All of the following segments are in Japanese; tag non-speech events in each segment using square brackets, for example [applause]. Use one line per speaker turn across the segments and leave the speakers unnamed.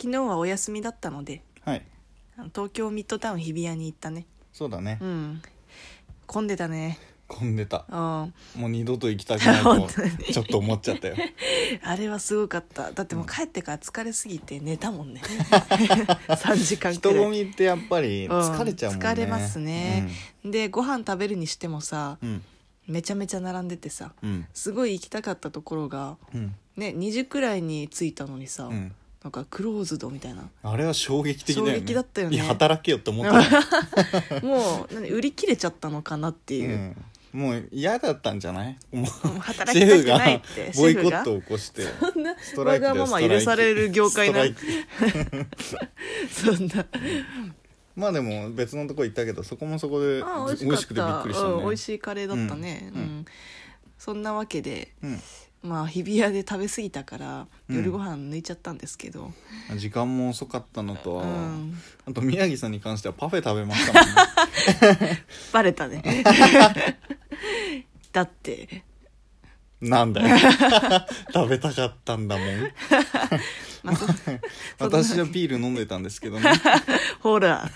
昨日はお休みだったので
はい
あの東京ミッドタウン日比谷に行ったね
そうだね、
うん混んでたね
混ん
[laughs]
でた
うん
もう二度と行きたくない
本当
とちょっと思っちゃった
[laughs]
よ
あれはすごかっただってもう帰ってから疲れすぎて寝たもん
[laughs]
ね3時間く
人
ら
混
い
みってやっぱり疲れちゃうもんね、
うん疲れますねでご飯食べるにしてもさ
うん
めちゃめちゃ並んでてさ
うん
すごい行きたかったところが
うん
ね2時くらいに着いたのにさ、
うん、うん
なんかクローズドみたいな
あれは衝撃的だよね
衝撃だったよね
いや働けよって思ったよ、
もう何売り切れちゃったのかなって
う
いう、
ん、もう嫌だったんじゃないもう
もう働
シ
き
ェ
た
フ
くないっ
が
てシ
ボ
ェ
イコ
フが
ットを起こして
[laughs] そんな
ストライキだ
わ
よ
がまま
ストラ
許
イキ
される業界な
ストライキ
そんな
まあでも別のとこ行ったけどそこもそこで
あ美味し
美
かっ
味しくてびったくりしたね、
うん、美味しいカレーだったね、う
うんん
そんなわけで
うん
まあ日比谷で食べ過ぎたから
うん
夜ご飯抜いちゃったんですけど、
時間も遅かったのと、
うん
あと宮城さんに関してはパフェ食べましたもんね
[laughs] バレたね
[laughs]
だって
なんだよ [laughs] 食べたかったんだもん
まあそ
[laughs]
そんな
私はビール飲んでたんです
[laughs]
けどね
ほら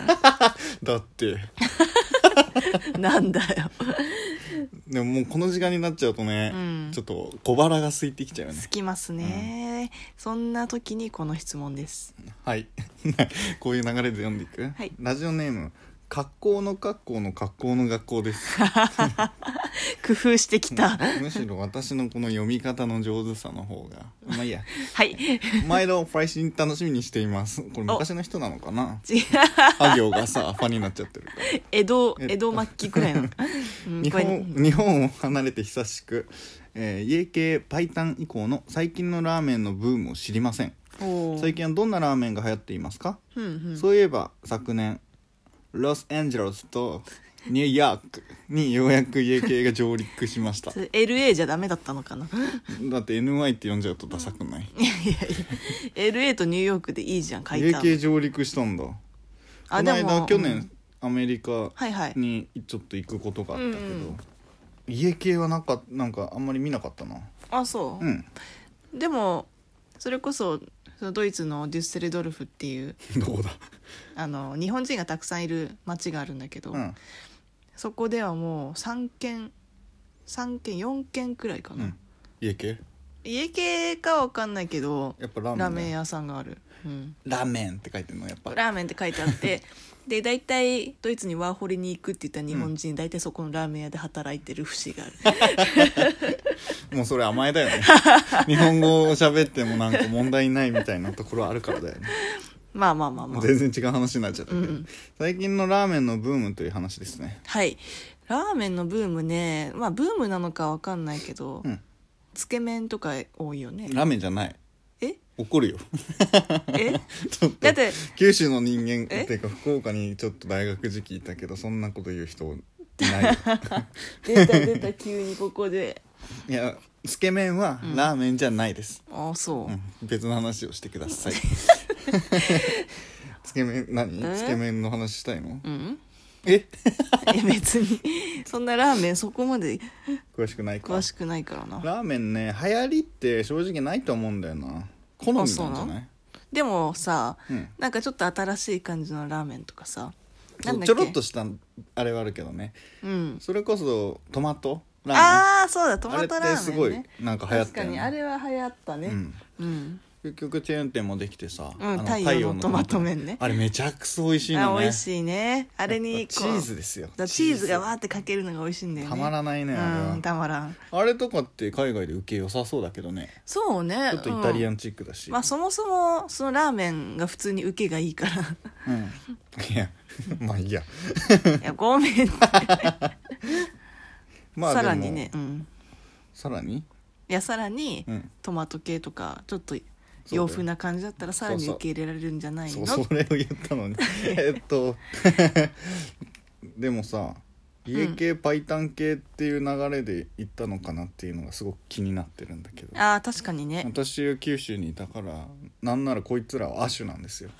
だって
なんだよ
でももうこの時間になっちゃうとね、
うん
ちょっと小腹が空いてきちゃうよね
つきますね、そんな時にこの質問です
はい [laughs] こういう流れで読んでいく、
はい
ラジオネーム格好の格好の格好の学校です
[laughs] 工夫してきた
むしろ私のこの読み方の上手さの方がまあい
[laughs]
いや
はい
毎度配信楽しみにしていますこれ昔の人なのか
[laughs]
な
違う
あ行がさファンになっちゃってるから
江戸
えっ
江戸末期くらい
[laughs]
の、うん
日
これ
本日本を離れて久しく、えー家系白湯以降の最近のラーメンのブームを知りません
おー
最近はどんなラーメンが流行っていますか、
うんうん
そういえば昨年ロスエンジェルスとニューヨークにようやく家系が上陸しました
[laughs]
だ
それ LA じゃダメだったのかな
って NY って呼んじゃうとダサくない
いやいや LA とニューヨークでいいじゃん書い
家
てあ
系
る
上陸したんだこ
あ
の
で
間
も
去
う
年
ん、
アメリカ
はいはい
にちょっと行くことがあったけど、
うんうん
家系はなんかなんかあんまり見なかったな
あそう
う、ん [laughs]
でもそれこそそのドイツのデュッセルドルフっていう
どこだ
あの日本人がたくさんいる町があるんだけど、
うん
そこではもう3軒3軒4軒くらいかな、
うん家系
家系かは分かんないけど
やっぱラーメンだ
ラーメン屋さんがある、うん、
ラーメンって書いてるのやっぱ
ラーメンって書いてあって
[laughs]
で大体ドイツにワーホリに行くって言った日本人、大体そこのラーメン屋で働いてる節がある
[laughs] もうそれ甘えだよ
[laughs]
ね日本語を喋ってもなんか問題ないみたいなところあるからだよね
まあまあまあまあ
全然違う話になっちゃった
う
け
んう
ど、
ん
最近のラーメンのブームという話ですね
はいラーメンのブームねまあブームなのかわかんないけど、
うん
つけ麺とか多いよね
ラーメンじゃない
え [laughs]
怒るよ [laughs]
え
ちょっと
だって
九州の人間
え
っていうか福岡にちょっと大学時期いたけどそんなこと言う人いないよ
出た出た急にここで
いやつけ麺はラーメンじゃないです、
ああそう、
うん別の話をしてくだ
[laughs]
さいつけ麺何
え
つけ麺の話したいの
うん、
え
え別にそんなラーメンそこまで
詳しくないか
詳しくないからな
ラーメンね流行りって正直ないと思うんだよな好みなんじゃ
あそうな
な
の
い
でもさ
うん
なんかちょっと新しい感じのラーメンとかさなんだっけ
ちょろっとしたあれはあるけどね
うん
それこそトマトラーメン
ああそうだトマトラーメン、ね、
あれってすごいなんか流行っ
確
た
か
よ
にあ
ね
れは流行ったね
うん
うん、
結局チェーン店もできてさ、
うん
あ
太陽のトマト麺ね
あれめちゃくそ美味しいの
あ
ね
美味しいねあれにこ
チ
う
ーズですよ
だチーズがわーってかけるのが美味しいんだよね
たまらないねあれは
うんたまらん
あれとかって海外で受け良さそうだけどね
そうね
ちょっとイタリア
ン、
ンチックだし、
うんまあそもそもそのラーメンが普通に受けがいいから
[laughs] うんいや [laughs] まあいいや
いやごめん、
まあ
さら
でも
にねうん
さらに
いやさらに、
うん
トマト系とかちょっと
そうだよ
洋風な感じだったらさらに受け入れられるんじゃない
そ
の
うそれを言っ
[laughs]
たのにえっとでもさ家系パイタン系っていう流れで行ったのかなっていうのがすごく気になってるんだけど
ああ確かにね
私は九州にいたからなんならこいつらは亜種なんですよ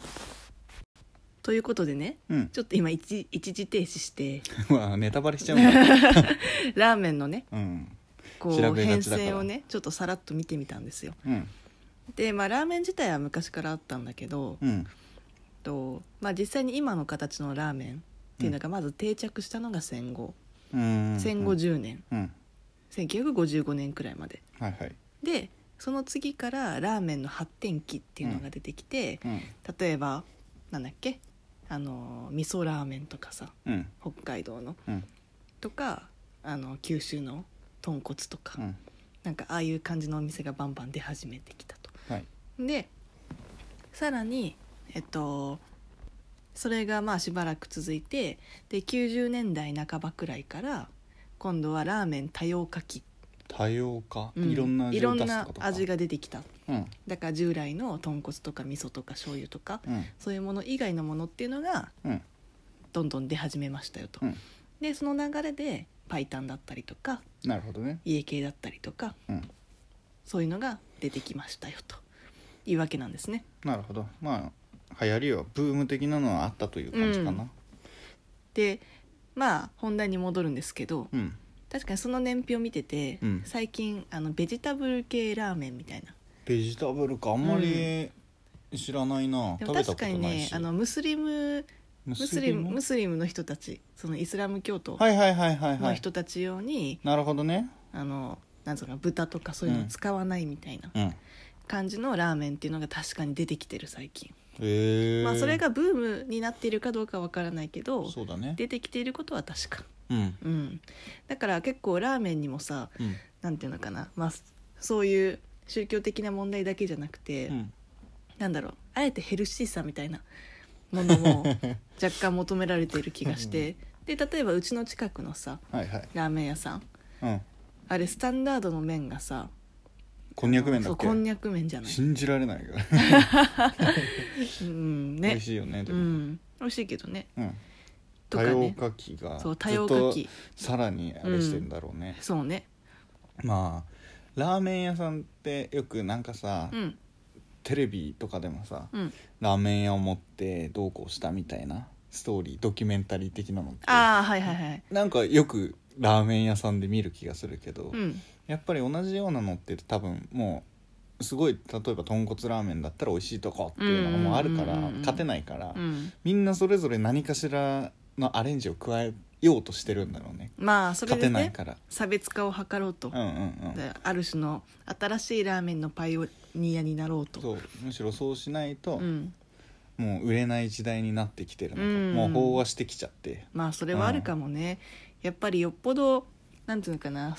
ということでね
うん
ちょっと今一一時停止して
まあネタバレしちゃう
[laughs]
んだ、
ラーメンのね
うん
こ
調
う
べ
変
がちだから
遷をねちょっとさらっと見てみたんですよ
うん、
で、まあ、ラーメン自体は昔からあったんだけど、
うん
とまあ、実際に今の形のラーメンっていうのがまず定着したのが戦後、
うん
戦後10年
うん
1955年くらいまで
はいはい
でその次からラーメンの発展期っていうのが出てきて、
うん
例えばなんだっけあの味噌ラーメンとかさ
うん
北海道の
うん
とかあの九州の豚骨とか、
うん
なんかああいう感じのお店がバンバン出始めてきたと。
はい
でさらにえっとそれがまあしばらく続いてで90年代半ばくらいから今度はラーメン多様化期、
多様化、
うん
いろんな味を出
いろん
すっ
な
てことか
味が出てきた
うん
だから従来の豚骨とか味噌とか醤油とか、
うん
そういうもの以外のものっていうのが
うん
どんどん出始めましたよと、
うん
でその流れで白湯だったりとか
なるほどね
家系だったりとか
うん
そういうのが出てきましたよというわけなんですね。
なるほどまあ流行りはブーム的なのはあったという感じかな
でまあ本題に戻るんですけど
うん
確かにその年表を見てて、
うん
最近あのベジタブル系ラーメンみたいな
ベジタブルかあんまり知らないな、
で
食
も
べ
確
たこ
か
と
に
ない
ね
し
あのムスリムム
ム
スリム
ム
ムスリムの人たちそのイスラム教徒
はいはいはいはいは
の
い
人たち用に、
なるほどね
あのなんつうのかな豚とかそういうのを使わないみたいな
うんへ
感じのラーメンっていうのが確かに出てきてる最近、
え
まあそれがブームになっているかどうかわからないけど
そうだね
出てきていることは確か
うん
うんだから結構ラーメンにもさ
うん
なんていうのかな、まあ、そういう宗教的な問題だけじゃなくて、
うん
なんだろうあえてヘルシーさみたいなもの
[laughs]
も若干求められている気がしてで例えばうちの近くのさ
はいはい
ラーメン屋さん
うん
あれスタンダードの麺がさ
こんにゃく麺だ
そう
っけ
こんにゃく麺じゃない、
信じられないから
うん、
美
ね
味しいよねで
う
も
ん、美味しいけどね
うん
と
多
かね
様化期がず
そう
っ
多様化
と
期
さらにあれしてんだろうね
そうね
まあラーメン屋さんってよくなんかさ
うん
テレビとかでもさ
うん
ラーメン屋を持ってどうこうしたみたいなストーリードキュメンタリー的なのって
ああはいはいはい
なんかよくラーメン屋さんで見る気がするけど、
うん
やっぱり同じようなのって多分もうすごい例えば豚骨ラーメンだったら美味しいとこっていうのがもうあるから
うんうんうんうん
勝てないから、
うん
みんなそれぞれ何かしらのアレンジを加えようとしてるんだろうね
まあそれ
勝て
で
ない
ね
から
差別化を図ろうと、
うんうんうん
である種の新しいラーメンのパイオニアになろうと
そうむしろそうしないと、
うん、
もう売れない時代になってきてるのか、
うん
もう飽和してきちゃって
まあそれはあるかもね、やっぱりよっぽどなんていうのかな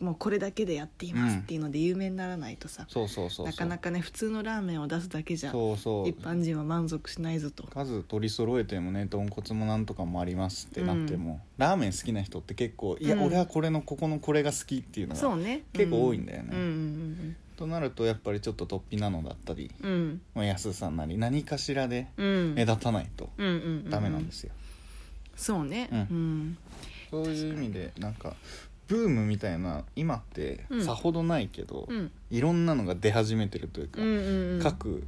もうこれだけでやっていますっていうので有名にならないとさ、
そうそうそうそう
なかなかね普通のラーメンを出すだけじゃ
そうそう
一般人は満足しないぞと
数取り揃えてもね豚骨もなんとかもありますってなっても、ラーメン好きな人って結構いや、
うん
俺はこれのここのこれが好きっていうの
そう
が
ね
結構多いん
だ
だよね、
うんうん
となるとやっぱりちょっと突飛なのだったり、
うんうん
まあ、安さんなり何かしらで
うん
目立たないと
うんうんうん
ダメなんですよ、
そうね
うん
うん
そういう意味でなんかブームみたいな今って
うん
さほどないけど、
うん
いろんなのが出始めてるというか、
うんうんうん
各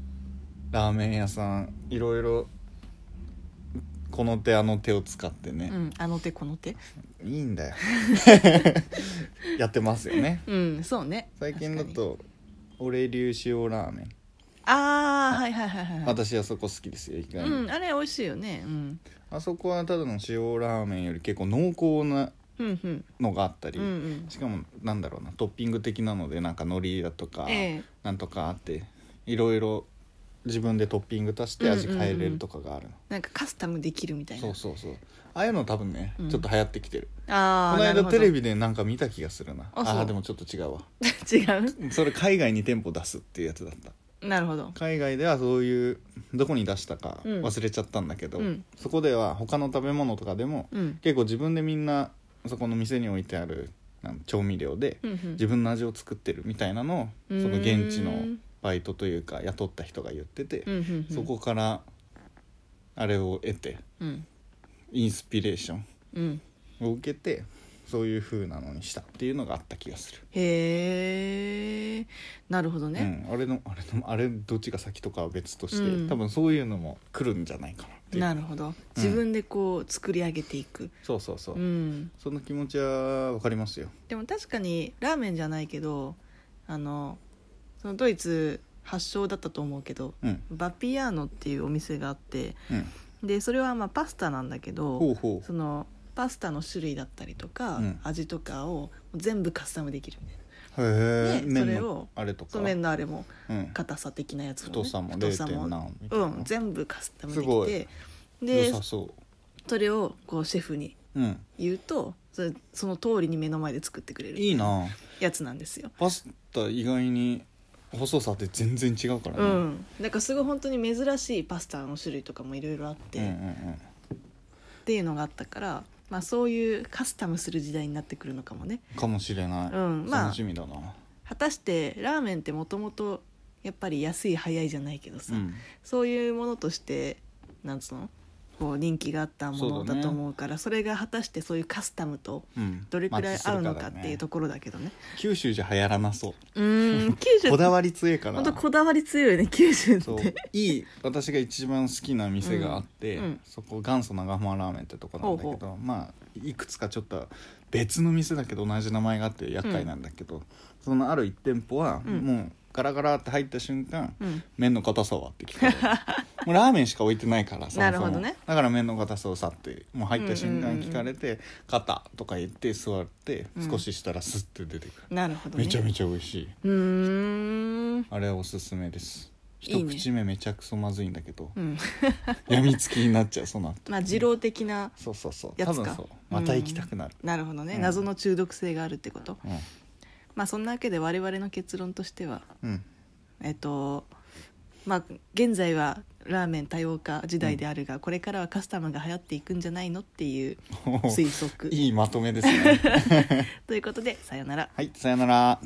ラーメン屋さんいろいろこの手あの手を使ってね
う、んあの手この手
いいんだよ [laughs] やってますよね
うんそうね
最近だ
確かに
と俺流塩ラーメン、
ああはいはいはいはい
私はそこ好きですよ意外に、
うんあれ美味しいよねうん
あそこはただの塩ラーメンより結構濃厚な
うんうん
のがあったり、
うんうん
しかもなんだろうなトッピング的なのでなんか海苔だとか、
ええ
なんとかあっていろいろ自分でトッピング足して味変え
うんう
れ
んう
る
ん
とかがあるの、
なんかカスタムできるみたいな
そうそうそうああいうの多分ね、
うん
ちょっと流行ってきてる
あ
こ
あ
の間テレ
ビ
ビでなんか見た気がするな
あそう
ああーでもちょっと違うわ
[laughs] 違う
それ海外に店舗出すっていうやつだった
なるほど
海外ではそういうどこに出したか
うん
忘れちゃったんだけど、
うん
そこでは他の食べ物とかでも、
うん
結構自分でみんなそこの店に置いてあるなん調味料で
うんうん
自分の味を作ってるみたいなのを
う
そ
ーん
の現地のバイトというか雇った人が言ってて
うんうんうん
そこからあれを得て
うん
インスピレーション
うん
を受けてそういう風なのにしたっていうのがあった気がする。
へえなるほどね、
うん、あれのあれのあれどっちが先とかは別として、
うん
多分そういうのも来るんじゃないかなっていう
なるほど自分でこう作り上げていく
そうそうそう、
うん
その気持ちはわかりますよ
でも確かにラーメンじゃないけどあのそのドイツ発祥だったと思うけど、
うん
バピアーノっていうお店があって
うん
でそれはまあパスタなんだけど
ほうほ
そのパスタの種類だったりとか、
うん
味とかを全部カスタムできるみたいな
うへえ
で
麺
それ
の
を
あれとか
そう麺のあれも
うん
硬さ的なやつも、ね、
太さも
太さ
0.
も
何みたいな
うん全部カスタムです
ご
き
い
て
良
で
さそ
それをこうシェフに
ううん
言うとそれその通りに目の前で作ってくれる
いいな
やつなんですよ。
パスタ意外に細さって全然違うから
う
ね、
ん、なんかすごい本当に珍しいパスタの種類とかもいろいろあって、
うんうん
っ
うん
ていうのがあったから、まあ、そういうカスタムする時代になってくるのかもね
かもしれない、
うんまあ
楽しみだな、
果たしてラーメンってもともとやっぱり安い早いじゃないけど
う
さ、
ん、
そういうものとしてなんつうのこう人気があったも
そ
の
うだね
だと思うからそれが果たしてそういうカスタムと
うん、
どれくらい合うのか
マッチするだね
っていうところだけど
[laughs]
ね
九州じゃ流行らなそう
ーん九州
うこだわり強いから
本当こだわり強いよね九州って
そういい私が一番好きな店があって、
うんうん
そこ元祖長浜ラーメンってとこなんだけど
ほう
まあいくつかちょっと別の店だけど同じ名前があって厄介なんだけど、そのある一店舗は、
うん
もうガラガラって入った瞬間
うん
麺の硬さはって
[laughs]
聞かれるもうラーメンしか置いてないから
なるほどね
だから麺の硬さをさってもう入った瞬間
うんうんうん
聞かれて「肩」とか言って座って
うん
少ししたらスッて出てくる、
なるほどね
めちゃめ
ちゃ
ちゃ美味しいう
ーん [laughs]
あれはおすすめです
いい
一
ね
口目めちゃくそまずいんだけど
うん
やみつきになっちゃうその後
まあ二郎的な
そうそうそう
やつ
多
か
分そうまた行きたくなる
なるほどね、
うん
謎の中毒性があるってこと
うん、
まあそんなわけで我々の結論としては
うん
えっとまあ現在はラーメン多様化時代であるが、これからはカスタムが流行っていくんじゃないのっていう推測
[laughs] いいまとめですね
[laughs] ということでさよなら
はいさよなら